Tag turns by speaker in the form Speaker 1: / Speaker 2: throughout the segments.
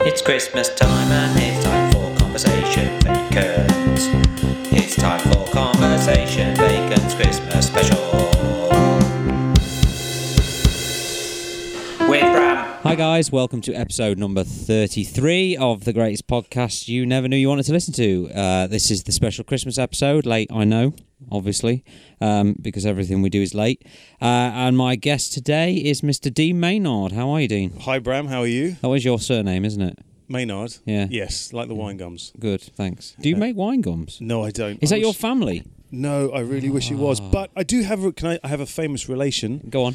Speaker 1: It's Christmas time and it's time for Conversation Vacant. It's time for Conversation Vacant's Christmas special. With Bram.
Speaker 2: Hi, guys. Welcome to episode number 33 of the greatest podcast you never knew you wanted to listen to. Uh, this is the special Christmas episode, late, I know, obviously, um, because everything we do is late. Uh, and my guest today is Mr. Dean Maynard. How are you, Dean?
Speaker 3: Hi, Bram. How are you?
Speaker 2: That was your surname, isn't it?
Speaker 3: Maynard.
Speaker 2: Yeah.
Speaker 3: Yes, like the wine gums.
Speaker 2: Good, thanks. Do you make wine gums?
Speaker 3: No, I don't.
Speaker 2: Is
Speaker 3: I
Speaker 2: that your
Speaker 3: wish-
Speaker 2: family?
Speaker 3: no, I really wish it was, but I do have. A, can I? I have a famous relation
Speaker 2: Go on.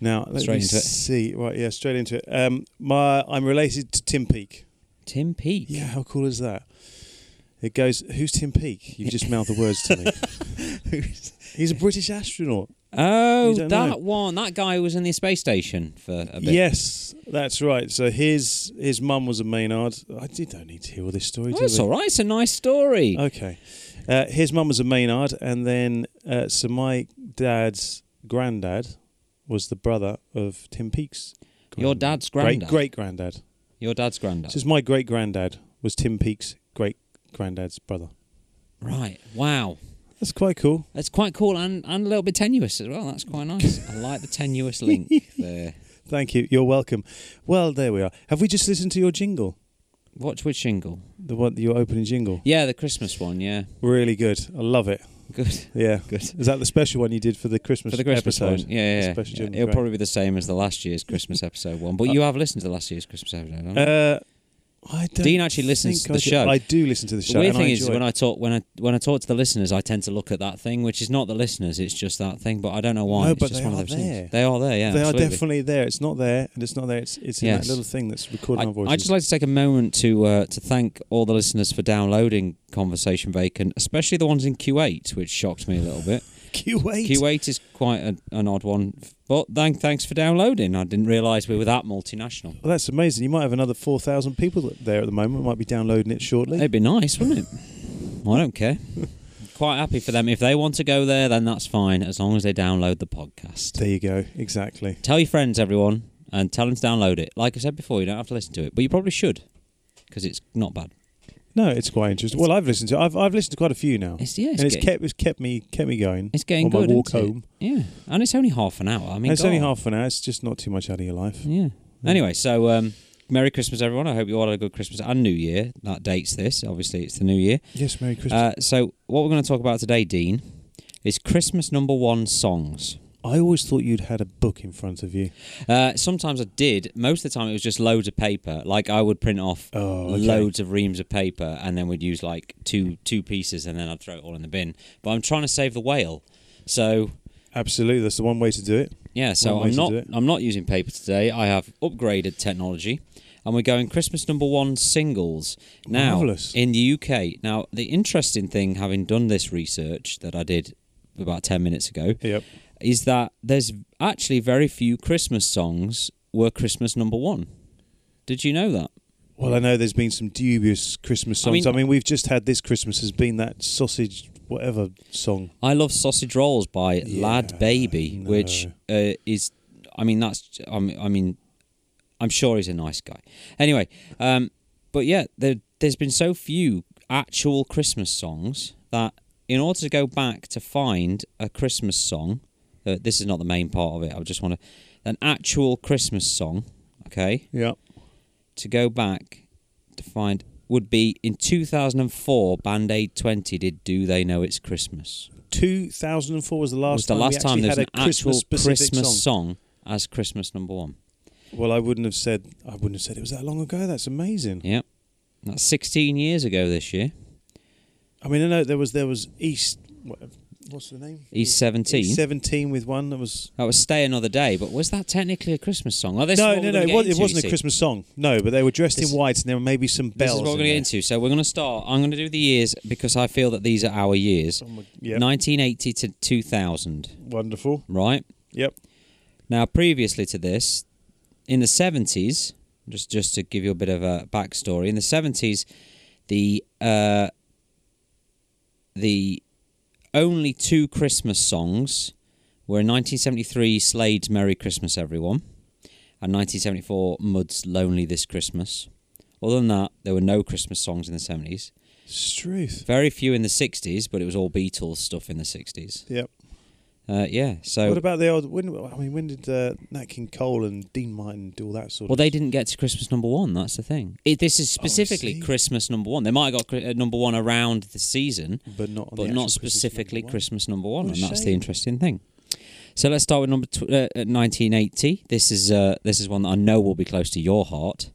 Speaker 3: now. Let
Speaker 2: Straight
Speaker 3: me
Speaker 2: into it.
Speaker 3: See, right? Yeah, straight into it. Um, my, I'm related to Tim Peake.
Speaker 2: Tim Peake.
Speaker 3: Yeah, how cool is that? It goes. Who's Tim Peake? You just mouthed the words to me. He's a British astronaut.
Speaker 2: Oh,
Speaker 3: You don't
Speaker 2: that
Speaker 3: know.
Speaker 2: one. That guy who was in the space station for a bit.
Speaker 3: Yes, that's right. So his his mum was a Maynard. I you don't need to hear all this story.
Speaker 2: Oh,
Speaker 3: do
Speaker 2: it's
Speaker 3: we? Oh,
Speaker 2: all right. It's a nice story.
Speaker 3: Okay. Uh, his mum was a Maynard, and then uh, so my dad's granddad was the brother of Tim Peake's.
Speaker 2: Your dad's granddad?
Speaker 3: Great great granddad.
Speaker 2: Your dad's granddad.
Speaker 3: So it's my great granddad was Tim Peake's great granddad's brother.
Speaker 2: Right. Wow.
Speaker 3: That's quite cool.
Speaker 2: That's quite cool and, and a little bit tenuous as well. That's quite nice. I like the tenuous link there.
Speaker 3: Thank you. You're welcome. Well, there we are. Have we just listened to your jingle?
Speaker 2: Watch which shingle?
Speaker 3: The one your opening jingle.
Speaker 2: Yeah, the Christmas one. Yeah,
Speaker 3: Really good. I love it.
Speaker 2: good.
Speaker 3: Yeah.
Speaker 2: Good.
Speaker 3: Is that the special one you did for the Christmas
Speaker 2: For the Christmas
Speaker 3: episode?
Speaker 2: one, yeah, yeah,
Speaker 3: The
Speaker 2: yeah.
Speaker 3: special
Speaker 2: Yeah,
Speaker 3: jingle.
Speaker 2: It'll
Speaker 3: Great.
Speaker 2: probably be the same as the last year's Christmas episode one, but you have listened to last year's Christmas episode. haven't you?
Speaker 3: Uh, I don't
Speaker 2: Dean actually listens
Speaker 3: think
Speaker 2: to
Speaker 3: I
Speaker 2: the
Speaker 3: do.
Speaker 2: show.
Speaker 3: I do listen to the show.
Speaker 2: the weird
Speaker 3: and
Speaker 2: thing
Speaker 3: I
Speaker 2: is
Speaker 3: enjoy it.
Speaker 2: when I talk when I when I talk to the listeners, I tend to look at that thing, which is not the listeners, it's just that thing. But I don't know why.
Speaker 3: No,
Speaker 2: it's
Speaker 3: but
Speaker 2: just
Speaker 3: they
Speaker 2: one of
Speaker 3: are
Speaker 2: those
Speaker 3: there.
Speaker 2: things. They are there. Yeah,
Speaker 3: they
Speaker 2: absolutely.
Speaker 3: are definitely there. It's not there, and it's not there. It's it's in
Speaker 2: Yes.
Speaker 3: that little thing that's recording
Speaker 2: I,
Speaker 3: our voices.
Speaker 2: would just like to take a moment to uh, to thank all the listeners for downloading Conversation Vacant, especially the ones in Q8, which shocked me a little bit.
Speaker 3: Q8.
Speaker 2: Q8 is quite a, an odd one, but thank, thanks for downloading. I didn't realise we were that multinational.
Speaker 3: Well, that's amazing. You might have another four thousand people that- there at the moment. Might be downloading it shortly.
Speaker 2: It'd be nice, wouldn't it? I don't care. Quite happy for them. If they want to go there, then that's fine, as long as they download the podcast.
Speaker 3: There you go. Exactly.
Speaker 2: Tell your friends, everyone, and tell them to download it. Like I said before, you don't have to listen to it, but you probably should, because it's not bad.
Speaker 3: No, it's quite interesting. Well, I've listened to. I've I've listened to quite a few now,
Speaker 2: It's, yeah,
Speaker 3: and it's
Speaker 2: get-
Speaker 3: kept it's kept me kept me going.
Speaker 2: It's getting
Speaker 3: on
Speaker 2: good.
Speaker 3: my walk
Speaker 2: isn't it?
Speaker 3: home.
Speaker 2: Yeah, and it's only half an hour. I mean,
Speaker 3: And it's only
Speaker 2: God.
Speaker 3: half an hour. It's just not too much out of your life.
Speaker 2: Yeah. Anyway, so um, Merry Christmas, everyone. I hope you all had a good Christmas and New Year. That dates this. Obviously, it's the New Year.
Speaker 3: Yes, Merry Christmas.
Speaker 2: Uh, so, what we're going to talk about today, Dean, is Christmas number one songs.
Speaker 3: I always thought you'd had a book in front of you.
Speaker 2: Uh, sometimes I did. Most of the time, it was just loads of paper. Like I would print off
Speaker 3: Oh, okay.
Speaker 2: loads of reams of paper, and then we'd use like two two pieces, and then I'd throw it all in the bin. But I'm trying to save the whale, so
Speaker 3: Absolutely, that's the one way to do it.
Speaker 2: Yeah, so
Speaker 3: One way
Speaker 2: I'm
Speaker 3: to
Speaker 2: not
Speaker 3: do it.
Speaker 2: I'm not using paper today. I have upgraded technology, and we're going Christmas number one singles now
Speaker 3: Marvellous.
Speaker 2: in the UK. Now the interesting thing, having done this research that I did about ten minutes ago,
Speaker 3: Yep.
Speaker 2: is that there's actually very few Christmas songs were Christmas number one. Did you know that?
Speaker 3: Well, I know there's been some dubious Christmas
Speaker 2: I mean-
Speaker 3: songs. I mean, we've just had this Christmas has been that sausage whatever song.
Speaker 2: I love sausage rolls by
Speaker 3: Yeah,
Speaker 2: Lad Baby,
Speaker 3: no.
Speaker 2: which uh, is, I mean, that's, I mean, I mean, I'm sure he's a nice guy. Anyway, um, but yeah, there, there's been so few actual Christmas songs that in order to go back to find a Christmas song, uh, this is not the main part of it. I just want to an actual Christmas song, okay,
Speaker 3: Yeah.
Speaker 2: to go back to find would be in 2004 Band Aid 20 did Do They Know It's Christmas.
Speaker 3: 2004 was the last
Speaker 2: was the
Speaker 3: time we
Speaker 2: last time
Speaker 3: actually
Speaker 2: there was
Speaker 3: had
Speaker 2: an
Speaker 3: a Christmas
Speaker 2: actual
Speaker 3: specific
Speaker 2: Christmas
Speaker 3: song.
Speaker 2: song. as Christmas number one.
Speaker 3: Well, I wouldn't have said I wouldn't have said it was that long ago. That's amazing.
Speaker 2: Yep, that's 16 years ago this year.
Speaker 3: I mean, I know there was there was East what, what's the name?
Speaker 2: He's 17.
Speaker 3: East 17 with one that was
Speaker 2: that was "Stay Another Day," but was that technically a Christmas song? Oh, this is
Speaker 3: No,
Speaker 2: what
Speaker 3: no,
Speaker 2: we're
Speaker 3: no,
Speaker 2: gonna
Speaker 3: it,
Speaker 2: get
Speaker 3: was,
Speaker 2: into,
Speaker 3: it
Speaker 2: you
Speaker 3: wasn't
Speaker 2: see.
Speaker 3: a Christmas song. No, but they were dressed
Speaker 2: This-
Speaker 3: in white and there were maybe some
Speaker 2: This is
Speaker 3: bells.
Speaker 2: what we're going
Speaker 3: in
Speaker 2: to get
Speaker 3: there.
Speaker 2: into. So we're going to start. I'm going to do the years because I feel that these are our years:
Speaker 3: Oh my- Yep.
Speaker 2: 1980 to 2000.
Speaker 3: Wonderful.
Speaker 2: Right
Speaker 3: Yep.
Speaker 2: now, previously to this, in the 70s, just just to give you a bit of a backstory, in the 70s, the uh, the only two Christmas songs were in 1973 Slade's Merry Christmas Everyone and 1974 Mud's Lonely This Christmas. Other than that, there were no Christmas songs in the 70s.
Speaker 3: Struth.
Speaker 2: Very few in the 60s, but it was all Beatles stuff in the 60s.
Speaker 3: Yep.
Speaker 2: Uh, yeah,
Speaker 3: What
Speaker 2: so.
Speaker 3: about the old? When I mean, when did uh, Nat King Cole and Dean Martin do all that sort
Speaker 2: Well,
Speaker 3: of?
Speaker 2: they didn't get to Christmas number one. That's the thing. It, this is
Speaker 3: Oh, I
Speaker 2: specifically
Speaker 3: see.
Speaker 2: Christmas number one. They might have got cri- uh, number one around the season,
Speaker 3: but not, on
Speaker 2: but
Speaker 3: the
Speaker 2: not
Speaker 3: actual Christmas
Speaker 2: specifically
Speaker 3: number one.
Speaker 2: Christmas number one,
Speaker 3: What a
Speaker 2: and that's the
Speaker 3: shame.
Speaker 2: interesting thing. So let's start with number tw- uh, uh, 1980. This is uh, this is one that I know will be close to your heart.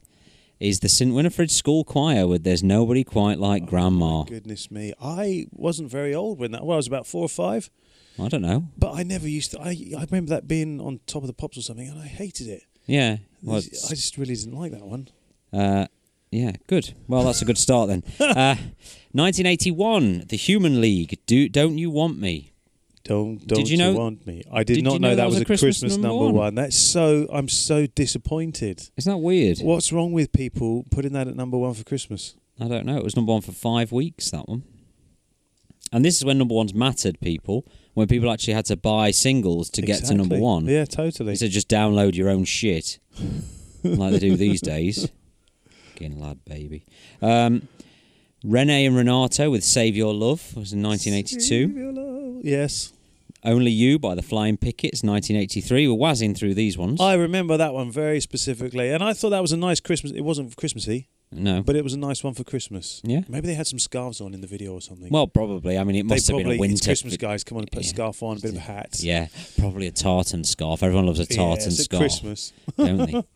Speaker 2: Is the St Winifred School Choir with "There's Nobody Quite Like Grandma"?
Speaker 3: Oh, Goodness me, I wasn't very old when that. Well, I was about four or five,
Speaker 2: I don't know.
Speaker 3: but I never used to. I I remember that being on top of the pops or something, and I hated it.
Speaker 2: Yeah. Well,
Speaker 3: I just really didn't like that one.
Speaker 2: Uh, yeah, good. Well, that's a good start then. Uh, 1981, The Human League. Do don't you want me?
Speaker 3: Don't don't
Speaker 2: you know-
Speaker 3: want me? I did,
Speaker 2: did
Speaker 3: not
Speaker 2: you
Speaker 3: know, that was a Christmas, number one.
Speaker 2: one?
Speaker 3: That's so. I'm so disappointed.
Speaker 2: Isn't that weird?
Speaker 3: What's wrong with people putting that at number one for Christmas?
Speaker 2: I don't know. It was number one for five weeks, that one. And this is when number ones mattered, people, when people actually had to buy singles to get to number
Speaker 3: Exactly.
Speaker 2: one.
Speaker 3: Yeah, totally.
Speaker 2: Instead of just download your own shit like they do these days. Fucking lad, baby. Um, Rene and Renato with Save Your Love was in 1982.
Speaker 3: Yes,
Speaker 2: Only You by the Flying Pickets, 1983. We're whizzing through these ones.
Speaker 3: I remember that one very specifically, and I thought that was a nice Christmas. It wasn't Christmassy,
Speaker 2: no.
Speaker 3: but it was a nice one for Christmas.
Speaker 2: Yeah.
Speaker 3: Maybe they had some scarves on in the video or something.
Speaker 2: Well, probably. I mean, it
Speaker 3: they
Speaker 2: must have
Speaker 3: probably
Speaker 2: been a winter.
Speaker 3: it's Christmas, guys. Come on, put
Speaker 2: Yeah.
Speaker 3: a scarf on, a bit of a hat.
Speaker 2: Yeah, probably a tartan scarf. Everyone loves a
Speaker 3: Yeah,
Speaker 2: tartan
Speaker 3: it's at
Speaker 2: scarf,
Speaker 3: Christmas.
Speaker 2: don't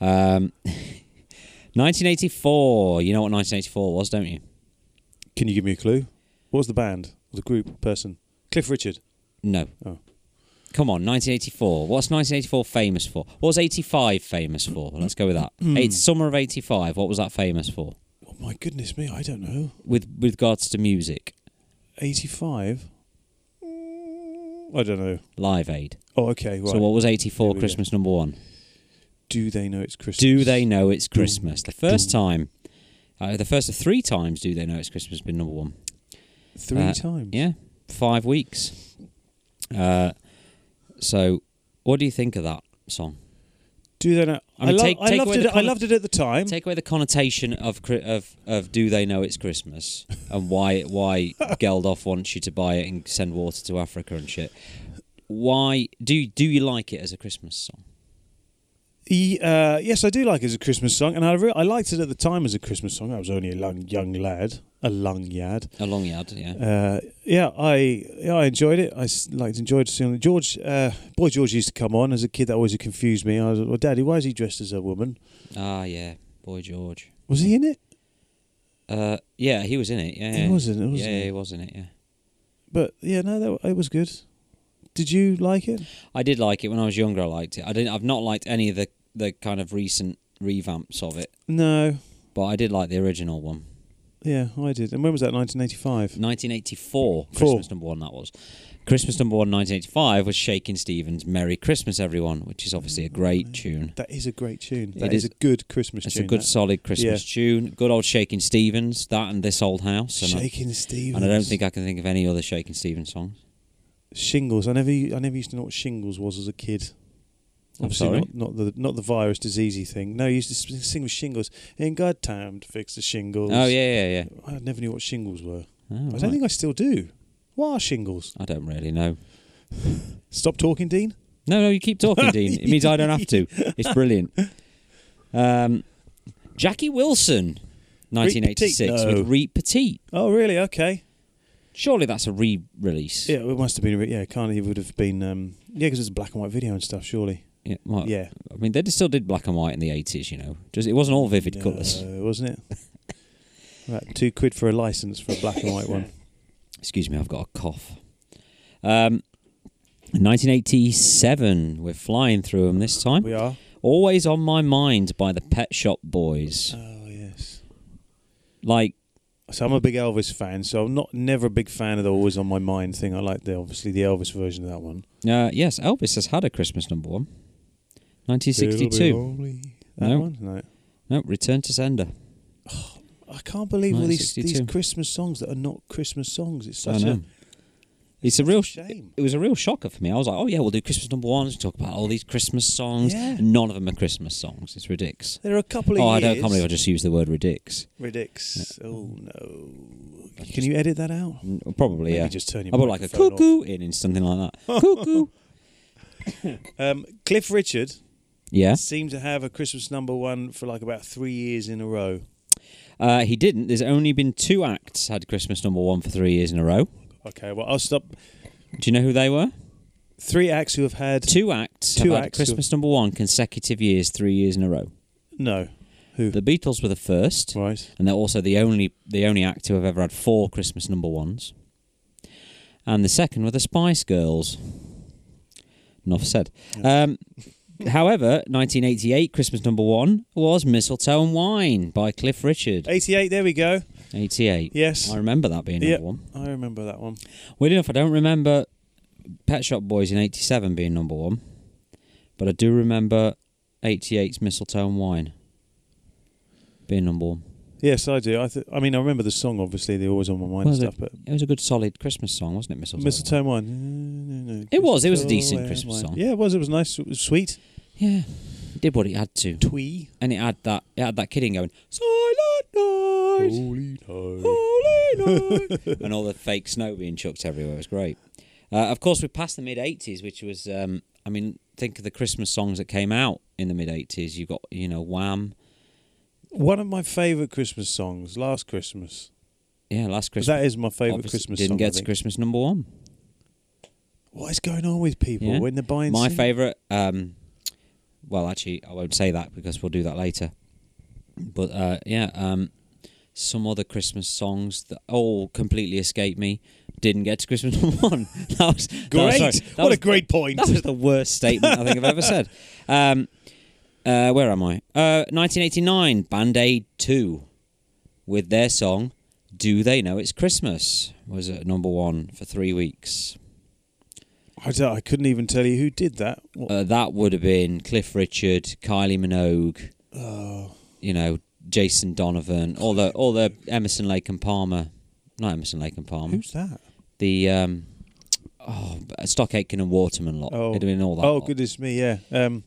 Speaker 2: they? Um, 1984. You know what 1984 was, don't you?
Speaker 3: Can you give me a clue? What was the band, the group, person? Cliff Richard.
Speaker 2: No.
Speaker 3: Oh.
Speaker 2: Come on, 1984. What's 1984 famous for? What was 85 famous for? Let's go with that.
Speaker 3: Hmm.
Speaker 2: Eight, summer of 85. What was that famous for?
Speaker 3: Oh my goodness me, I don't know.
Speaker 2: With with regards to music,
Speaker 3: Eighty-five. Mm, I don't know.
Speaker 2: Live Aid.
Speaker 3: Oh, okay. Right.
Speaker 2: So what was
Speaker 3: Here
Speaker 2: 84
Speaker 3: we go.
Speaker 2: Christmas number one?
Speaker 3: do they know it's Christmas?
Speaker 2: Do they know it's Christmas? The first time, uh, the first of three times, do they know it's Christmas? has Been number one.
Speaker 3: three
Speaker 2: uh,
Speaker 3: times?
Speaker 2: Yeah, five weeks. Uh, so, what do you think of that song?
Speaker 3: Do they know?
Speaker 2: I
Speaker 3: I,
Speaker 2: mean,
Speaker 3: lo-
Speaker 2: take-
Speaker 3: I
Speaker 2: take away
Speaker 3: loved it.
Speaker 2: the
Speaker 3: I
Speaker 2: con-
Speaker 3: loved it at the time.
Speaker 2: Take away the connotation of Chri- of of do they know it's Christmas and why why Geldof wants you to buy it and send water to Africa and shit. Why do do you like it as a Christmas song?
Speaker 3: E- uh, yes, I do like it as a Christmas song, and I re- I liked it at the time as a Christmas song. I was only a long, young lad, a long yad.
Speaker 2: A long yard, yeah.
Speaker 3: Uh, yeah, I yeah, I enjoyed it. I s- liked enjoyed seeing it. George. Uh, boy, George used to come on as a kid. That always confused me. I was, well, Daddy, why is he dressed as a woman?
Speaker 2: Ah, yeah, boy George.
Speaker 3: Was he in it?
Speaker 2: Uh, yeah, he was in it. Yeah,
Speaker 3: He was in it, wasn't
Speaker 2: yeah,
Speaker 3: he?
Speaker 2: he was in it. Yeah.
Speaker 3: But yeah, no, that, it was good. Did you like it?
Speaker 2: I did like it when I was younger. I liked it. I didn't. I've not liked any of the the kind of recent revamps of it,
Speaker 3: No.
Speaker 2: but I did like the original one.
Speaker 3: Yeah, I did. And when was that? 1985.
Speaker 2: 1984
Speaker 3: Four.
Speaker 2: Christmas number one. That was Christmas number one. 1985 was Shaking Stevens' "Merry Christmas, Everyone," which is obviously a great tune.
Speaker 3: That is a great tune.
Speaker 2: It
Speaker 3: That is,
Speaker 2: is-
Speaker 3: a good Mm, Christmas
Speaker 2: It's a
Speaker 3: tune.
Speaker 2: good,
Speaker 3: that.
Speaker 2: solid Christmas tune. Good old Shaking Stevens. That and this old house. And, I,
Speaker 3: Shaking Stevens.
Speaker 2: and I don't think I can think of any other Shaking Stevens songs.
Speaker 3: shingles. I never, I never used to know what shingles was as a kid.
Speaker 2: I'm
Speaker 3: Obviously
Speaker 2: sorry?
Speaker 3: Not, not the not the virus diseasey thing. No, you used to sp- sing with shingles. Ain't got time to fix the shingles.
Speaker 2: Oh yeah, yeah, yeah.
Speaker 3: I never knew what shingles were.
Speaker 2: Oh,
Speaker 3: I
Speaker 2: right.
Speaker 3: don't think I still do. What are shingles?
Speaker 2: I don't really know.
Speaker 3: Stop talking, Dean.
Speaker 2: No, no, you keep talking, Dean. It means I don't have to. It's brilliant. Um, Jackie Wilson, 1986,
Speaker 3: Petite, no.
Speaker 2: with Reap Petite.
Speaker 3: Oh, really? Okay.
Speaker 2: Surely that's a re release.
Speaker 3: Yeah, it must have been. Yeah, can't. It would have been. Um, yeah, because it's a black and white video and stuff. Surely.
Speaker 2: Yeah, well,
Speaker 3: Yeah.
Speaker 2: I mean, they still did black and white in the 80s, you know. Just It wasn't all vivid
Speaker 3: No,
Speaker 2: colours.
Speaker 3: wasn't it? About two quid for a license for a black and white one.
Speaker 2: Excuse me, I've got a cough. Um, 1987, we're flying through them this time.
Speaker 3: We are.
Speaker 2: Always on My Mind by the Pet Shop Boys.
Speaker 3: Oh yes.
Speaker 2: Like,
Speaker 3: So I'm a big Elvis fan, so I'm not never a big fan of the always on my mind thing. I like the obviously the Elvis version of that one.
Speaker 2: uh, yes, Elvis has had a Christmas number one. 1962.
Speaker 3: It'll be lonely. That
Speaker 2: No.
Speaker 3: one? No.
Speaker 2: Nope, Return to Sender.
Speaker 3: I can't believe all these,
Speaker 2: 1962.
Speaker 3: these Christmas songs that are not Christmas songs. It's
Speaker 2: I
Speaker 3: such
Speaker 2: know.
Speaker 3: a
Speaker 2: uh, It's a real
Speaker 3: shame.
Speaker 2: It was a real shocker for me. I was like, oh yeah, we'll do Christmas number one. Let's talk about all these Christmas songs.
Speaker 3: Yeah.
Speaker 2: None of them are Christmas songs. It's ridiculous.
Speaker 3: There are a couple of
Speaker 2: Oh, I
Speaker 3: years.
Speaker 2: don't can't believe I just used the word ridiculous.
Speaker 3: Ridiculous. Oh no! Can you edit that out?
Speaker 2: N- Mm, Probably
Speaker 3: Maybe
Speaker 2: yeah.
Speaker 3: just turn your
Speaker 2: I put like a
Speaker 3: microphone off.
Speaker 2: cuckoo in and something like that. cuckoo.
Speaker 3: Um, Cliff Richard
Speaker 2: Yeah.
Speaker 3: seemed to have a Christmas number one for like about three years in a row.
Speaker 2: Uh, he didn't. There's only been two acts had Christmas number one for three years in a row.
Speaker 3: Okay, well I'll stop.
Speaker 2: Do you know who they were?
Speaker 3: Three acts who have had
Speaker 2: Two acts
Speaker 3: Two
Speaker 2: have had
Speaker 3: acts
Speaker 2: Christmas number one consecutive years, three years in a row.
Speaker 3: no. Who?
Speaker 2: The Beatles were the first,
Speaker 3: right.
Speaker 2: and they're also the only the only act who have ever had four Christmas number ones. And the second were the Spice Girls. Enough said. Um, however, 1988 Christmas number one was Mistletoe and Wine by Cliff Richard.
Speaker 3: Eighty-eight. There we go.
Speaker 2: 88.
Speaker 3: Yes,
Speaker 2: I remember that being
Speaker 3: Yeah.
Speaker 2: number one.
Speaker 3: I remember that one.
Speaker 2: Weird enough, I don't remember Pet Shop Boys in '87 being number one, but I do remember '88's Mistletoe and Wine being number one.
Speaker 3: Yes, I do. I, th- I mean, I remember the song. Obviously, they're always on my mind
Speaker 2: Was
Speaker 3: and stuff. But
Speaker 2: It was a good, solid Christmas song, wasn't it, Mistletoe? and Wine?
Speaker 3: Mistletoe Wine. No, no, no.
Speaker 2: It was, it was a
Speaker 3: Mistletoe
Speaker 2: decent
Speaker 3: and
Speaker 2: Christmas
Speaker 3: Wine.
Speaker 2: song.
Speaker 3: Yeah, it was. It was nice. It was sweet.
Speaker 2: Yeah, it did what it had to,
Speaker 3: Twee.
Speaker 2: and it had that. It had that kidding going Silent Night,
Speaker 3: Holy no.
Speaker 2: Holy Night, and all the fake snow being chucked everywhere. It was great. Uh, of course, we passed the mid '80s, which was, um, I mean, think of the Christmas songs that came out in the mid '80s. You got, you know, Wham.
Speaker 3: One of my favourite Christmas songs, Last Christmas.
Speaker 2: Yeah, last Christmas.
Speaker 3: That is my favourite
Speaker 2: obviously
Speaker 3: Christmas
Speaker 2: didn't
Speaker 3: song. I
Speaker 2: get to
Speaker 3: think.
Speaker 2: Christmas number one.
Speaker 3: What is going on with people
Speaker 2: Yeah.
Speaker 3: when they're buying
Speaker 2: My
Speaker 3: sing-
Speaker 2: favourite. Um, well, actually, I won't say that because we'll do that later. But uh, yeah, um, some other Christmas songs that all completely escaped me. Didn't get to Christmas number one. that was that was-
Speaker 3: Great!
Speaker 2: sorry, that
Speaker 3: what
Speaker 2: was-
Speaker 3: a great point.
Speaker 2: That was the worst statement I think I've ever said. Um, uh, where am I? Uh, 1989, Band Aid 2, with their song "Do They Know It's Christmas" was at number one for three weeks.
Speaker 3: I, don't, I couldn't even tell you who did that. What-
Speaker 2: Uh, that would have been Cliff Richard, Kylie Minogue,
Speaker 3: oh,
Speaker 2: you know, Jason Donovan, all the all the Emerson Lake and Palmer, not Emerson Lake and Palmer,
Speaker 3: who's that? the
Speaker 2: the um, oh, Stock Aitken and Waterman lot.
Speaker 3: Oh.
Speaker 2: It'd have been all that.
Speaker 3: Oh,
Speaker 2: lot.
Speaker 3: goodness me, yeah. Um,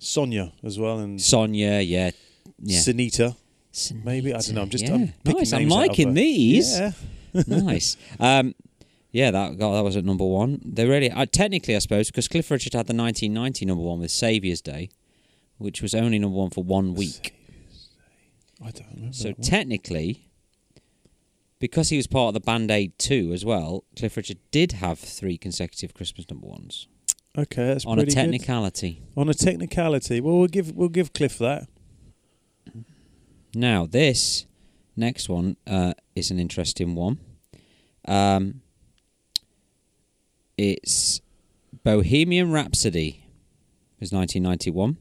Speaker 3: Sonia as well and
Speaker 2: Sonia, yeah, yeah.
Speaker 3: Sunita.
Speaker 2: Sin-
Speaker 3: Maybe I don't know. I'm just
Speaker 2: yeah.
Speaker 3: I'm picking
Speaker 2: nice. I'm
Speaker 3: names out of
Speaker 2: liking
Speaker 3: a-
Speaker 2: these.
Speaker 3: Yeah.
Speaker 2: nice. Um, yeah, that God, that was at number one. They really, uh, technically, I suppose, because Cliff Richard had the 1990 number one with Saviour's Day, which was only number one for one week.
Speaker 3: I don't remember.
Speaker 2: So
Speaker 3: that one.
Speaker 2: technically, because he was part of the Band Aid two as well, Cliff Richard did have three consecutive Christmas number ones
Speaker 3: okay, that's
Speaker 2: on a
Speaker 3: pretty good.
Speaker 2: technicality.
Speaker 3: On a technicality. Well, we'll give we'll give Cliff that.
Speaker 2: Now this next one uh, is an interesting one. Um, it's Bohemian Rhapsody. Is 1991,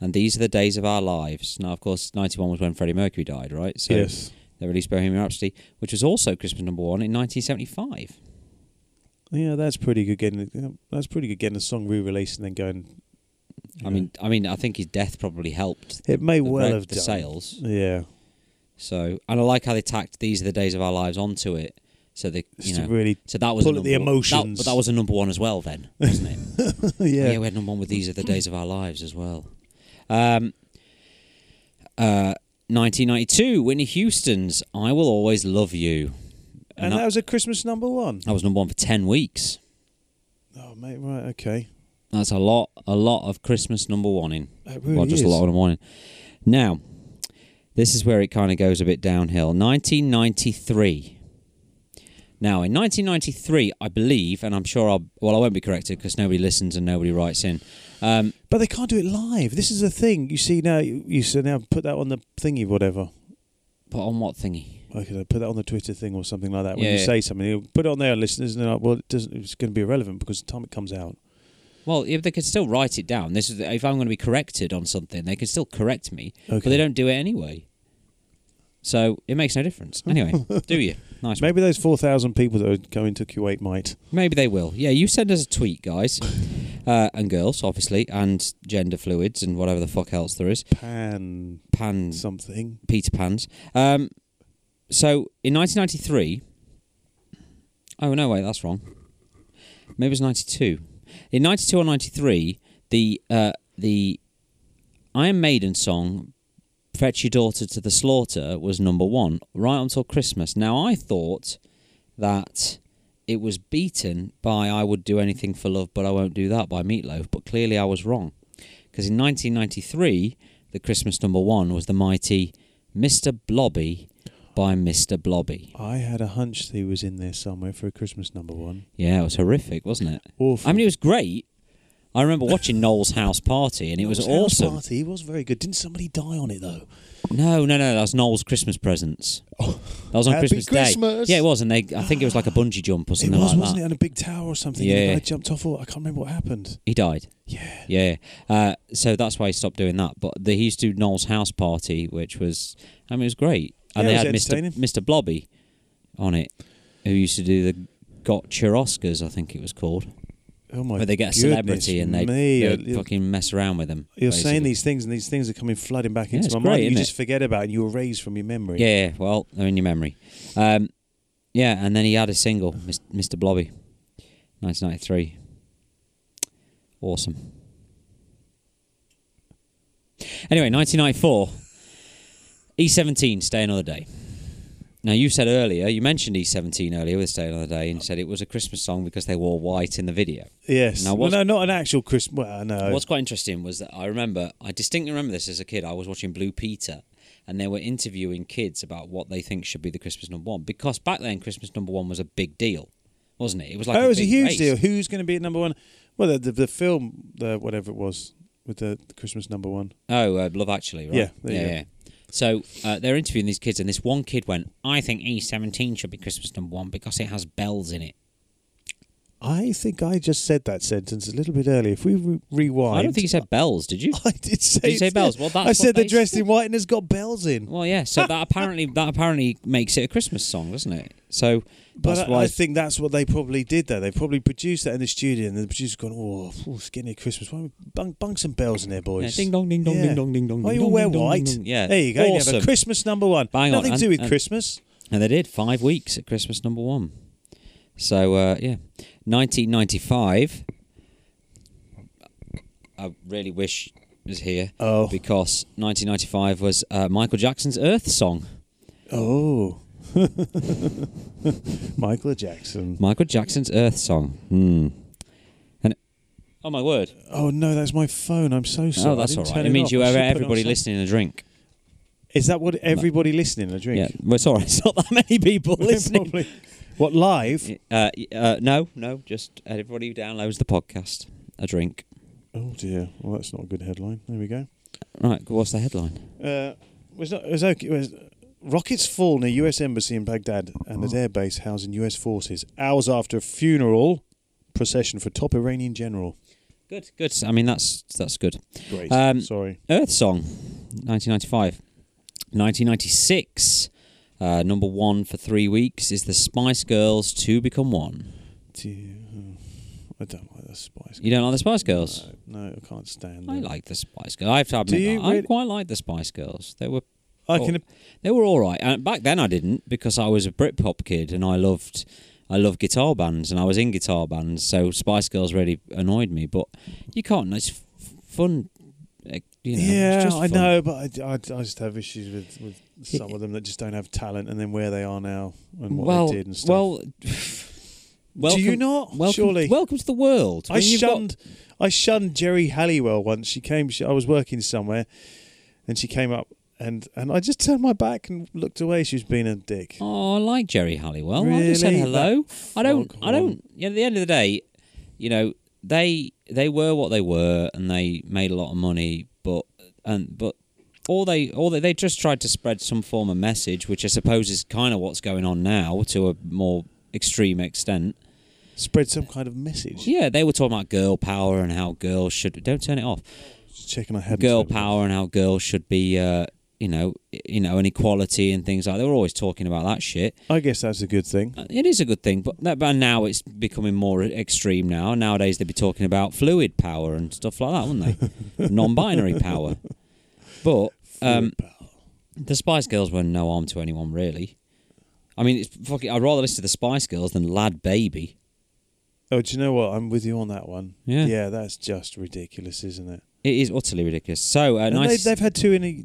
Speaker 2: and these are the days of our lives. Now, of course, 91 was when Freddie Mercury died, right? So
Speaker 3: yes.
Speaker 2: they released Bohemian Rhapsody, which was also Christmas number one in 1975.
Speaker 3: Yeah, that's pretty good getting yeah, that's pretty good getting a song re-released and then going.
Speaker 2: I
Speaker 3: Yeah.
Speaker 2: mean, I mean, I think his death probably helped
Speaker 3: it may
Speaker 2: the,
Speaker 3: well
Speaker 2: reg-
Speaker 3: have
Speaker 2: the
Speaker 3: done.
Speaker 2: sales.
Speaker 3: Yeah,
Speaker 2: So, and I like how they tacked "These are the days of our lives" onto it. So they,
Speaker 3: just
Speaker 2: you know,
Speaker 3: to really.
Speaker 2: So that was
Speaker 3: Pull
Speaker 2: a
Speaker 3: at the
Speaker 2: number one- that-
Speaker 3: emotions.
Speaker 2: but that was a number one as well, then, wasn't it?
Speaker 3: yeah.
Speaker 2: we had number one with these are the days of our lives as well. Um, uh, 1992, Whitney Houston's "I Will Always Love You,"
Speaker 3: and that was a Christmas number one.
Speaker 2: that was number one for ten weeks.
Speaker 3: Oh mate, right, okay.
Speaker 2: That's a lot, a lot of Christmas number one in.
Speaker 3: That really
Speaker 2: well, just
Speaker 3: is.
Speaker 2: a lot of number one in. Now, this is where it kind of goes a bit downhill. 1993. Now, in 1993, I believe, and I'm sure I'll, well, I won't be corrected because nobody listens and nobody writes in. Um,
Speaker 3: But they can't do it live. This is the thing. You see now. You you see now. Put that on the thingy, whatever.
Speaker 2: but on what thingy?
Speaker 3: I could uh, put that on the Twitter thing or something like that. When
Speaker 2: Yeah,
Speaker 3: you
Speaker 2: yeah.
Speaker 3: say something, you put it on there, listeners, and they're like, "Well, it doesn't. It's going to be irrelevant because the time it comes out."
Speaker 2: Well, if they could still write it down. This is if I'm going to be corrected on something, they can still correct me, but
Speaker 3: Okay.
Speaker 2: they don't do it anyway. So it makes no difference. Anyway, do you? Nice. Maybe.
Speaker 3: Maybe those four thousand people that are going to Kuwait might.
Speaker 2: Maybe they will. Yeah, you send us a tweet, guys, uh, and girls, obviously, and gender fluids and whatever the fuck else there is.
Speaker 3: pan
Speaker 2: Pan
Speaker 3: something.
Speaker 2: Peter Pans. Um, so in 1993. Oh no, wait, that's wrong. Maybe it was ninety two. In ninety two or ninety three, the uh, the Iron Maiden song "Fetch Your Daughter to the Slaughter" was number one right until Christmas. Now I thought that it was beaten by "I Would Do Anything for Love, But I Won't Do That" by Meatloaf, but clearly I was wrong because in nineteen ninety three, the Christmas number one was the mighty "Mr. Blobby" by Mr. Blobby.
Speaker 3: I had a hunch he was in there somewhere for a Christmas number one.
Speaker 2: Yeah, it was horrific, wasn't it?
Speaker 3: Awful.
Speaker 2: I mean, it was great. I remember watching Noel's house party, and it was,
Speaker 3: House
Speaker 2: awesome.
Speaker 3: Party. It was very good. Didn't somebody die on it though?
Speaker 2: No, no, no, that was Noel's Christmas presents.
Speaker 3: Oh.
Speaker 2: That was on
Speaker 3: Happy
Speaker 2: Christmas,
Speaker 3: Christmas.
Speaker 2: Day. Yeah, it was, and they, I think it was like a bungee jump or
Speaker 3: It
Speaker 2: something
Speaker 3: was,
Speaker 2: like
Speaker 3: wasn't
Speaker 2: that.
Speaker 3: it? On a big tower or something.
Speaker 2: Yeah.
Speaker 3: Yeah. I jumped off. Or I can't remember what happened.
Speaker 2: He died.
Speaker 3: Yeah.
Speaker 2: Yeah, uh, so that's why he stopped doing that. But the, he used to do Noel's house party, which was, I mean, it was great, and
Speaker 3: Yeah,
Speaker 2: they
Speaker 3: it
Speaker 2: had
Speaker 3: was
Speaker 2: Mr.
Speaker 3: entertaining.
Speaker 2: Mr. Blobby on it, who used to do the Gotcha Oscars, I think it was called.
Speaker 3: Oh my.
Speaker 2: where they get a
Speaker 3: goodness
Speaker 2: celebrity and they,
Speaker 3: me.
Speaker 2: they
Speaker 3: You're-
Speaker 2: fucking mess around with them.
Speaker 3: You're saying
Speaker 2: basically.
Speaker 3: these things, and these things are coming flooding back
Speaker 2: Yeah,
Speaker 3: into
Speaker 2: it's
Speaker 3: my
Speaker 2: great,
Speaker 3: mind. You
Speaker 2: isn't
Speaker 3: just
Speaker 2: it?
Speaker 3: forget about, it and you erase from your memory.
Speaker 2: Yeah, well, they're in your memory. Um, yeah, and then he had a single, Mis- Mr. Blobby, 1993. Awesome. Anyway, 1994, E17, Stay Another Day. Now, you said earlier, you mentioned E17 earlier with Stay Another Day and said it was a Christmas song because they wore white in the video.
Speaker 3: Yes.
Speaker 2: Now,
Speaker 3: well,
Speaker 2: what's-
Speaker 3: no, not an actual Christmas. Well, no.
Speaker 2: What's quite interesting was that I remember, I distinctly remember this as a kid. I was watching Blue Peter, and they were interviewing kids about what they think should be the Christmas number one because back then Christmas number one was a big deal, wasn't it? It was like
Speaker 3: oh, it was a
Speaker 2: big
Speaker 3: huge
Speaker 2: race.
Speaker 3: deal. Who's going to be at number one? Well, the the, the film, the, whatever it was, with the, the Christmas number one.
Speaker 2: Oh, uh, Love Actually, right?
Speaker 3: Yeah, there you go.
Speaker 2: So uh, they're interviewing these kids, and this one kid went, "I think E17 should be Christmas number one because it has bells in it."
Speaker 3: I think I just said that sentence a little bit earlier. If we re- rewind,
Speaker 2: I don't think you said bells, did you?
Speaker 3: I did say.
Speaker 2: Did you say
Speaker 3: it.
Speaker 2: bells? Well, that's
Speaker 3: I
Speaker 2: what
Speaker 3: said they're
Speaker 2: they
Speaker 3: dressed
Speaker 2: said.
Speaker 3: in white and has got bells in.
Speaker 2: Well, yeah. So that apparently that apparently makes it a Christmas song, doesn't it? So
Speaker 3: But
Speaker 2: that's
Speaker 3: I,
Speaker 2: why
Speaker 3: I think that's what they probably did there. They probably produced that in the studio, and the producer's gone, "Oh, phew, it's getting near Christmas. Why don't we bung, bung some bells in there,
Speaker 2: Yeah,
Speaker 3: boys?
Speaker 2: ding dong, ding dong,
Speaker 3: Yeah.
Speaker 2: ding dong, ding dong.
Speaker 3: Why
Speaker 2: ding
Speaker 3: you
Speaker 2: dong,
Speaker 3: wear
Speaker 2: ding dong,
Speaker 3: white?
Speaker 2: ding dong. Yeah,
Speaker 3: there you go. You have
Speaker 2: Uh, Awesome.
Speaker 3: a Christmas number one.
Speaker 2: Bang on,
Speaker 3: Nothing to
Speaker 2: and-
Speaker 3: do with
Speaker 2: and-
Speaker 3: Christmas.
Speaker 2: And they did five weeks at Christmas number one. So uh, yeah, 1995. I really wish it was here
Speaker 3: Oh,
Speaker 2: because 1995 was uh, Michael Jackson's Earth song.
Speaker 3: oh. Michael Jackson.
Speaker 2: Michael Jackson's Earth song. Hmm. And oh my word!
Speaker 3: Oh no, that's my phone. I'm so sorry.
Speaker 2: oh, that's
Speaker 3: I
Speaker 2: all
Speaker 3: didn't
Speaker 2: right.
Speaker 3: turn
Speaker 2: It means
Speaker 3: off.
Speaker 2: you
Speaker 3: I
Speaker 2: owe
Speaker 3: should put it on
Speaker 2: everybody
Speaker 3: some-
Speaker 2: listening a drink.
Speaker 3: Is that what everybody listening a drink?
Speaker 2: Yeah, well, it's all right. It's not that many people listening.
Speaker 3: Probably. What live?
Speaker 2: Uh, uh, no, no, just everybody who downloads the podcast a drink.
Speaker 3: Oh dear. Well, that's not a good headline. There we go.
Speaker 2: Right, what's the headline?
Speaker 3: Uh, was not was okay. Was, rockets fall near U.S. embassy in Baghdad
Speaker 2: Oh.
Speaker 3: and at air base housing U.S. forces hours after a funeral procession for top Iranian general.
Speaker 2: Good, good. I mean, that's that's good.
Speaker 3: Great.
Speaker 2: Um,
Speaker 3: Sorry.
Speaker 2: Earth Song, 1995. 1996, uh, number one for three weeks is the Spice Girls Two Become One.
Speaker 3: Dear, oh, I don't like the Spice.
Speaker 2: You don't like the Spice Girls?
Speaker 3: No, Uh, no, I can't stand.
Speaker 2: I
Speaker 3: them.
Speaker 2: like the Spice Girls. I have to admit,
Speaker 3: you
Speaker 2: that. I
Speaker 3: really-
Speaker 2: quite like the Spice Girls. They were
Speaker 3: I
Speaker 2: Oh.
Speaker 3: can.
Speaker 2: they were all right. And back then, I didn't because I was a Britpop kid and I loved I loved guitar bands and I was in guitar bands. So Spice Girls really annoyed me. But you can't. It's f- fun. eh, You know, it's
Speaker 3: yeah,
Speaker 2: just
Speaker 3: I
Speaker 2: fun.
Speaker 3: know, but I, I, I just have issues with, with some of them that just don't have talent, and then where they are now and what
Speaker 2: well,
Speaker 3: they did and stuff.
Speaker 2: well, welcome,
Speaker 3: do you not?
Speaker 2: Welcome,
Speaker 3: surely,
Speaker 2: welcome to the world.
Speaker 3: I
Speaker 2: When you've got-
Speaker 3: shunned I shunned Jerry Halliwell once. She came. She, I was working somewhere, and she came up, and and I just turned my back and looked away. She was being a dick.
Speaker 2: Oh, I like Jerry Halliwell. I just said
Speaker 3: Really?
Speaker 2: hello. I don't. I
Speaker 3: foghorn.
Speaker 2: don't. You know, at the end of the day, you know, they they were what they were, and they made a lot of money, but and but all they all they, they just tried to spread some form of message, which I suppose is kind of what's going on now to a more extreme extent.
Speaker 3: Spread some kind of message.
Speaker 2: Yeah, they were talking about girl power and how girls should. Don't turn it off.
Speaker 3: Just checking I hadn't.
Speaker 2: girl
Speaker 3: said it.
Speaker 2: power and how girls should be. Uh, you know, you know, inequality and things like. They were always talking about that shit.
Speaker 3: I guess that's a good thing.
Speaker 2: Uh, It is a good thing, but that, but now it's becoming more e-, extreme. Now nowadays they'd be talking about fluid power and stuff like that, wouldn't they? Non-binary power. But um, the Spice Girls were no harm to anyone, really. I mean, it's fucking. I'd rather listen to the Spice Girls than Lad Baby.
Speaker 3: Oh, do you know what? I'm with you on that one.
Speaker 2: Yeah.
Speaker 3: Yeah, that's just ridiculous, isn't it?
Speaker 2: It is utterly ridiculous. So uh,
Speaker 3: And
Speaker 2: nice
Speaker 3: they, they've had two in a,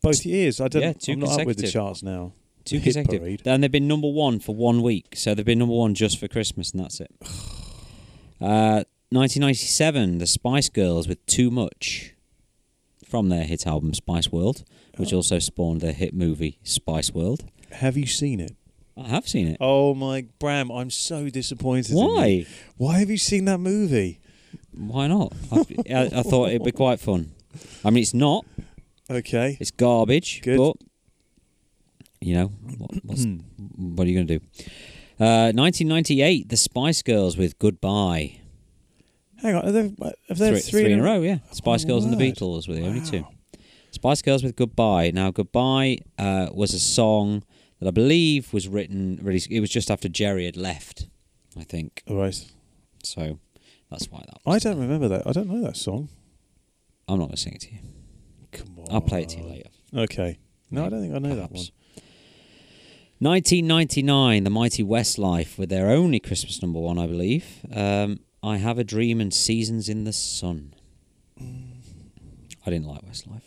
Speaker 3: both years. I don't.
Speaker 2: Yeah, two
Speaker 3: I'm not up with the
Speaker 2: consecutive.
Speaker 3: charts now.
Speaker 2: two
Speaker 3: hit
Speaker 2: consecutive,
Speaker 3: parade.
Speaker 2: and they've been number one for one week. So they've been number one just for Christmas, and that's it. Uh, 1997, the Spice Girls with "Too Much" from their hit album Spice World, which
Speaker 3: Oh.
Speaker 2: also spawned their hit movie Spice World.
Speaker 3: Uh, Have you seen it?
Speaker 2: I have seen it.
Speaker 3: Oh my Bram, I'm so disappointed. in you.
Speaker 2: Why?
Speaker 3: Why have you seen that movie?
Speaker 2: Why not? I, I, I thought it'd be quite fun. I mean, it's not.
Speaker 3: Okay.
Speaker 2: It's garbage.
Speaker 3: Good.
Speaker 2: But you know
Speaker 3: Hmm.
Speaker 2: what, what's, what are you going to do? Uh, 1998, the Spice Girls with "Goodbye."
Speaker 3: Hang on. Have they, have they
Speaker 2: three,
Speaker 3: had three,
Speaker 2: three in a row, yeah. Spice
Speaker 3: my
Speaker 2: Girls and the
Speaker 3: word.
Speaker 2: Beatles were the only two.
Speaker 3: Wow.
Speaker 2: Spice Girls with Goodbye. Now, Goodbye uh, was a song that I believe was written, really, it was just after Jerry had left, I think.
Speaker 3: All right.
Speaker 2: So that's why that
Speaker 3: I
Speaker 2: was.
Speaker 3: don't remember that. I don't know that song.
Speaker 2: I'm not going to sing it to you.
Speaker 3: Come on.
Speaker 2: I'll play it to you later.
Speaker 3: Okay. No, I don't think Oh, I know that one.
Speaker 2: Perhaps. 1999, the mighty Westlife with their only Christmas number one, I believe. Um, I Have a Dream and Seasons in the Sun.
Speaker 3: Mm.
Speaker 2: I didn't like Westlife.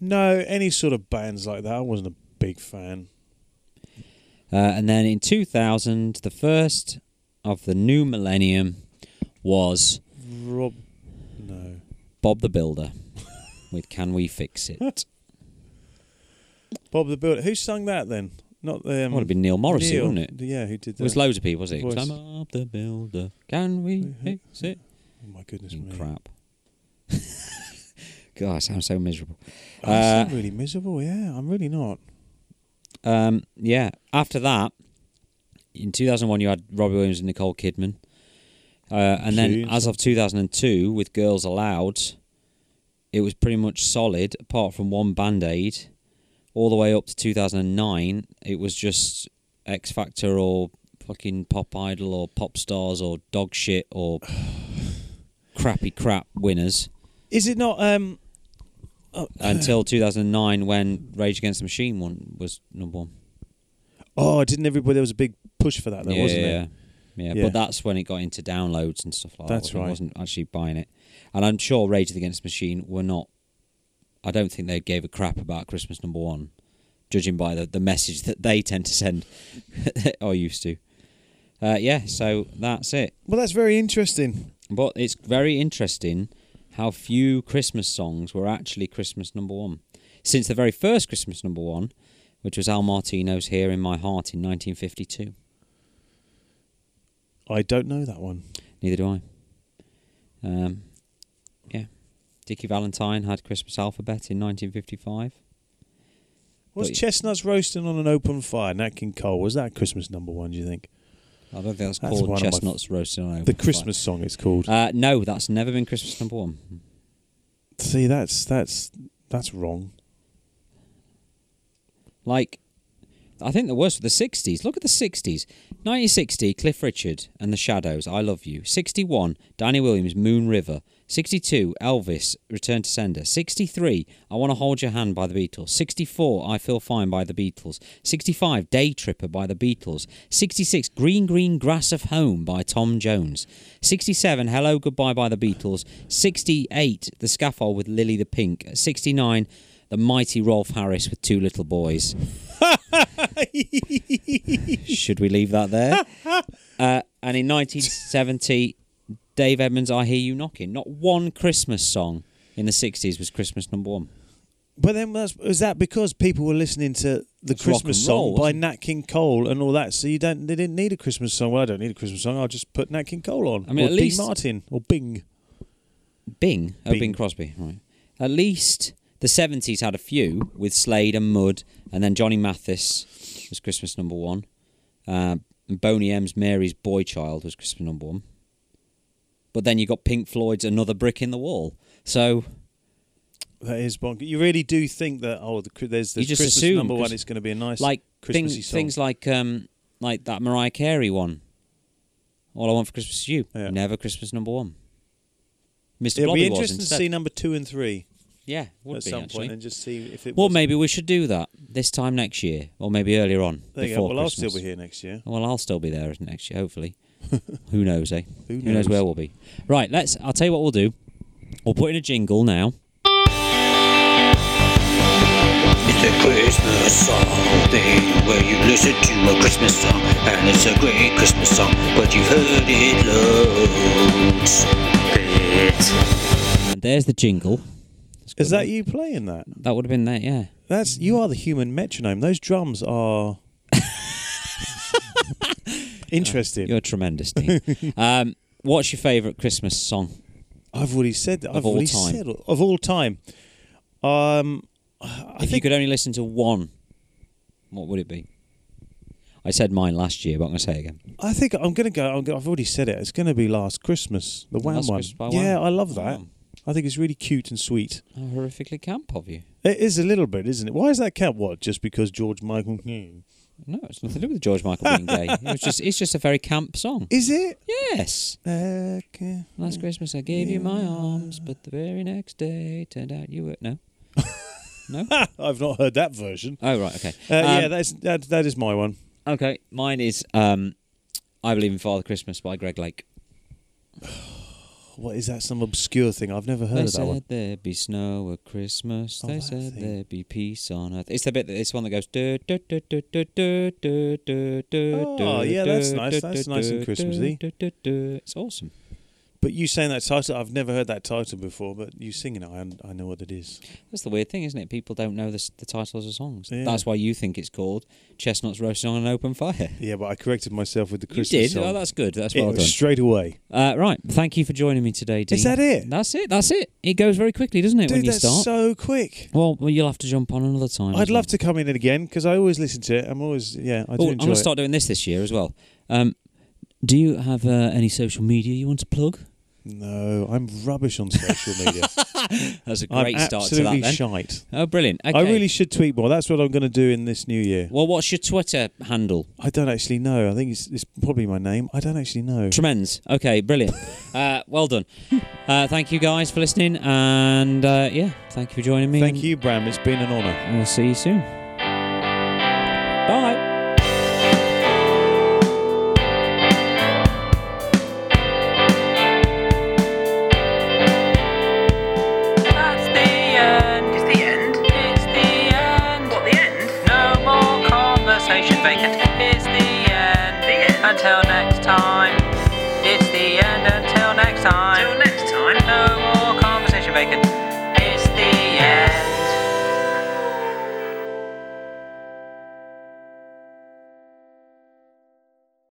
Speaker 3: No, any sort of bands like that, I wasn't a big fan.
Speaker 2: Uh, and then in 2000, the first of the new millennium was
Speaker 3: Rob, no.
Speaker 2: Bob the Builder with Can We Fix It?
Speaker 3: What? Bob the Builder. Who sung that then? Not the. Um,
Speaker 2: would have been Neil Morrissey,
Speaker 3: Neil.
Speaker 2: wouldn't it?
Speaker 3: Yeah, who did
Speaker 2: It
Speaker 3: that?
Speaker 2: was loads of people, was it? It was
Speaker 3: Voice.
Speaker 2: like, Bob the Builder, can we fix it?
Speaker 3: oh my goodness me!
Speaker 2: Crap. God, I sound so miserable.
Speaker 3: Oh, I sound
Speaker 2: Uh,
Speaker 3: really miserable. Yeah, I'm really not.
Speaker 2: Um, yeah. After that, in 2001, you had Robbie Williams and Nicole Kidman. Uh, and then,
Speaker 3: Jeez.
Speaker 2: as of 2002, with Girls Allowed, it was pretty much solid, apart from one Band Aid. All the way up to 2009, it was just X Factor or fucking Pop Idol or Pop Stars or dog shit or crappy crap winners
Speaker 3: Is it not? Um,
Speaker 2: until 2009 when Rage Against the Machine won, was number one.
Speaker 3: oh, didn't everybody? There was a big push for that, though,
Speaker 2: yeah,
Speaker 3: wasn't
Speaker 2: yeah, yeah.
Speaker 3: there? Yeah.
Speaker 2: but that's when it got into downloads and stuff like
Speaker 3: That's
Speaker 2: that. wasn't it?
Speaker 3: right.
Speaker 2: I wasn't actually buying it. And I'm sure Rage Against the Machine were not. I don't think they gave a crap about Christmas number one, judging by the, the message that they tend to send or used to. Uh, yeah, so that's it.
Speaker 3: Well, that's very interesting.
Speaker 2: But it's very interesting how few Christmas songs were actually Christmas number one. Since the very first Christmas number one, which was Al Martino's Here in My Heart in 1952.
Speaker 3: I don't know that one.
Speaker 2: Neither do I. Um, yeah. Dickie Valentine had Christmas Alphabet in 1955.
Speaker 3: Was
Speaker 2: But-
Speaker 3: chestnuts roasting on an open fire? Nat King Cole was that Christmas number one? Do you think
Speaker 2: I don't think that's,
Speaker 3: That's one
Speaker 2: called
Speaker 3: of my f-
Speaker 2: Chestnuts Roasting on Open
Speaker 3: the
Speaker 2: Fire.
Speaker 3: Christmas song? It's called.
Speaker 2: Uh, no, that's never been Christmas number one.
Speaker 3: See, that's that's that's wrong.
Speaker 2: Like, I think the worst for the 60s. Look at the 60s. 1960, Cliff Richard and the Shadows, I Love You. 61, Danny Williams, Moon River. 62, Elvis, Return to Sender. 63, I Want to Hold Your Hand by the Beatles. 64, I Feel Fine by the Beatles. 65, Day Tripper by the Beatles. 66, Green Green Grass of Home by Tom Jones. 67, Hello Goodbye by the Beatles. 68, The Scaffold with Lily the Pink. 69, the mighty Rolf Harris with two little boys. Should we leave that there? Uh, and in 1970, Dave Edmunds, I Hear You Knocking. Not one Christmas song in the 60s was Christmas number one.
Speaker 3: But then was, was that because people were listening to the
Speaker 2: It's rock
Speaker 3: Christmas
Speaker 2: and roll,
Speaker 3: song by
Speaker 2: wasn't it?
Speaker 3: Nat King Cole and all that? So you don't they didn't need a Christmas song. Well, I don't need a Christmas song. I'll just put Nat King Cole on.
Speaker 2: I mean,
Speaker 3: or
Speaker 2: at
Speaker 3: Dean
Speaker 2: least-
Speaker 3: Martin or Bing.
Speaker 2: Bing. Oh,
Speaker 3: Bing.
Speaker 2: Bing, Crosby. Right. At least the 70s had a few with Slade and Mud, and then Johnny Mathis was Christmas number one. Uh, and Boney M's Mary's Boy Child was Christmas number one. But then you got Pink Floyd's Another Brick in the Wall. So
Speaker 3: That is bonk. You really do think that oh, the, Chri- there's the
Speaker 2: You just
Speaker 3: Christmas
Speaker 2: assume,
Speaker 3: number one.
Speaker 2: 'cause-
Speaker 3: It's going to be a nice
Speaker 2: like
Speaker 3: Christmassy
Speaker 2: things,
Speaker 3: song.
Speaker 2: things like um, like that Mariah Carey one. All I want for Christmas is you.
Speaker 3: Yeah.
Speaker 2: Never Christmas number one. Mr.
Speaker 3: It'd
Speaker 2: Blobby
Speaker 3: be
Speaker 2: was
Speaker 3: interesting to
Speaker 2: instead.
Speaker 3: see number two and three
Speaker 2: yeah, would
Speaker 3: at
Speaker 2: be
Speaker 3: some
Speaker 2: actually.
Speaker 3: point and just see if it.
Speaker 2: Well,
Speaker 3: was-
Speaker 2: maybe we should do that this time next year, or maybe earlier on
Speaker 3: There you go.
Speaker 2: before
Speaker 3: Well, I'll
Speaker 2: Christmas.
Speaker 3: still be here next year.
Speaker 2: Well, I'll still be there next year, hopefully. Who knows, eh?
Speaker 3: Who
Speaker 2: Who knows
Speaker 3: knows?
Speaker 2: where we'll be? Right, let's. I'll tell you what we'll do. We'll put in a jingle now.
Speaker 1: It's a Christmas song thing where you listen to a Christmas song and it's a great Christmas song, but you've heard it loads. Bit.
Speaker 2: And there's the jingle.
Speaker 3: Is that you playing that?
Speaker 2: That would have been there, yeah.
Speaker 3: That's you are the human metronome. Those drums are interesting.
Speaker 2: You're tremendous, Dean. um, what's your favourite Christmas song?
Speaker 3: I've already said that. I've
Speaker 2: all
Speaker 3: already
Speaker 2: time.
Speaker 3: said of all time. Um, I
Speaker 2: if you
Speaker 3: think
Speaker 2: could only listen to one, what would it be? I said mine last year, but I'm going to say it again.
Speaker 3: I think I'm gonna go. I'm, go- I've already said it. It's gonna be Last Christmas, the Wham
Speaker 2: Last
Speaker 3: one.
Speaker 2: Christmas by Wham.
Speaker 3: yeah, I love that.
Speaker 2: Wow.
Speaker 3: I think it's really cute and sweet.
Speaker 2: How horrifically camp of you.
Speaker 3: It is a little bit, isn't it? Why is that cat? What? Just because George Michael?
Speaker 2: No, it's nothing to do with George Michael being gay. It was just, it's just a very camp song.
Speaker 3: Is it?
Speaker 2: Yes.
Speaker 3: Okay.
Speaker 2: Last Christmas I gave you my arms, but the very next day turned out you were no. no.
Speaker 3: I've not heard that version.
Speaker 2: Oh right, okay.
Speaker 3: Uh,
Speaker 2: Um,
Speaker 3: yeah, that's that. That is my one.
Speaker 2: Okay, mine is um, I believe in Father Christmas by Greg Lake.
Speaker 3: What is that? Some obscure thing I've never heard
Speaker 2: they
Speaker 3: of that
Speaker 2: said
Speaker 3: one.
Speaker 2: there'd be snow at Christmas.
Speaker 3: Oh,
Speaker 2: they
Speaker 3: that
Speaker 2: said
Speaker 3: thing.
Speaker 2: there'd be peace on earth. It's the bit that it's the one that goes. "Du- du- du- du- du- du- du- du- du-
Speaker 3: Oh,
Speaker 2: du-
Speaker 3: yeah, that's
Speaker 2: du-
Speaker 3: nice.
Speaker 2: du-
Speaker 3: That's
Speaker 2: du-
Speaker 3: nice and
Speaker 2: du-
Speaker 3: Christmassy.
Speaker 2: du- du- du." It's awesome.
Speaker 3: But you saying that title, I've never heard that title before. But you singing it, I, I know what it is.
Speaker 2: That's the weird thing, isn't it? People don't know the, s- the titles of songs.
Speaker 3: Yeah.
Speaker 2: That's why you think it's called Chestnuts Roasting on an Open Fire.
Speaker 3: Yeah, but I corrected myself with the
Speaker 2: You
Speaker 3: Christmas
Speaker 2: did.
Speaker 3: song.
Speaker 2: Oh, that's good. That's
Speaker 3: It
Speaker 2: well
Speaker 3: was
Speaker 2: done.
Speaker 3: straight away.
Speaker 2: Uh, right. Thank you for joining me today, Dean.
Speaker 3: Is that it?
Speaker 2: That's it. That's it. It goes very quickly, doesn't it, when
Speaker 3: Dude,
Speaker 2: you
Speaker 3: that's
Speaker 2: start?
Speaker 3: so quick.
Speaker 2: well, well, you'll have to jump on another time.
Speaker 3: I'd love to come in it again because I always listen to it. I'm always yeah. I do
Speaker 2: Oh, I'm
Speaker 3: enjoy
Speaker 2: gonna
Speaker 3: it.
Speaker 2: start doing this this year as well. Um, do you have uh, any social media you want to plug?
Speaker 3: No, I'm rubbish on social media.
Speaker 2: That's a
Speaker 3: I'm
Speaker 2: great start to
Speaker 3: absolutely
Speaker 2: that. Then.
Speaker 3: shite.
Speaker 2: oh, brilliant. Okay.
Speaker 3: I really should tweet more. That's what I'm going to do in this new year.
Speaker 2: well, what's your Twitter handle?
Speaker 3: I don't actually know. I think it's, it's probably my name. I don't actually know.
Speaker 2: Tremends. Okay, brilliant. uh, well done. Uh, thank you guys for listening, and uh, yeah, thank you for joining me.
Speaker 3: Thank
Speaker 2: and
Speaker 3: you, Bram. It's been an honour.
Speaker 2: We'll see you soon. Bye.
Speaker 4: That's the end. It's the end. It's the end. What the end? No more conversation vacant. It's the end. The end. Until next time. It's the end. Until next time. Until next time. No more conversation vacant. It's the end.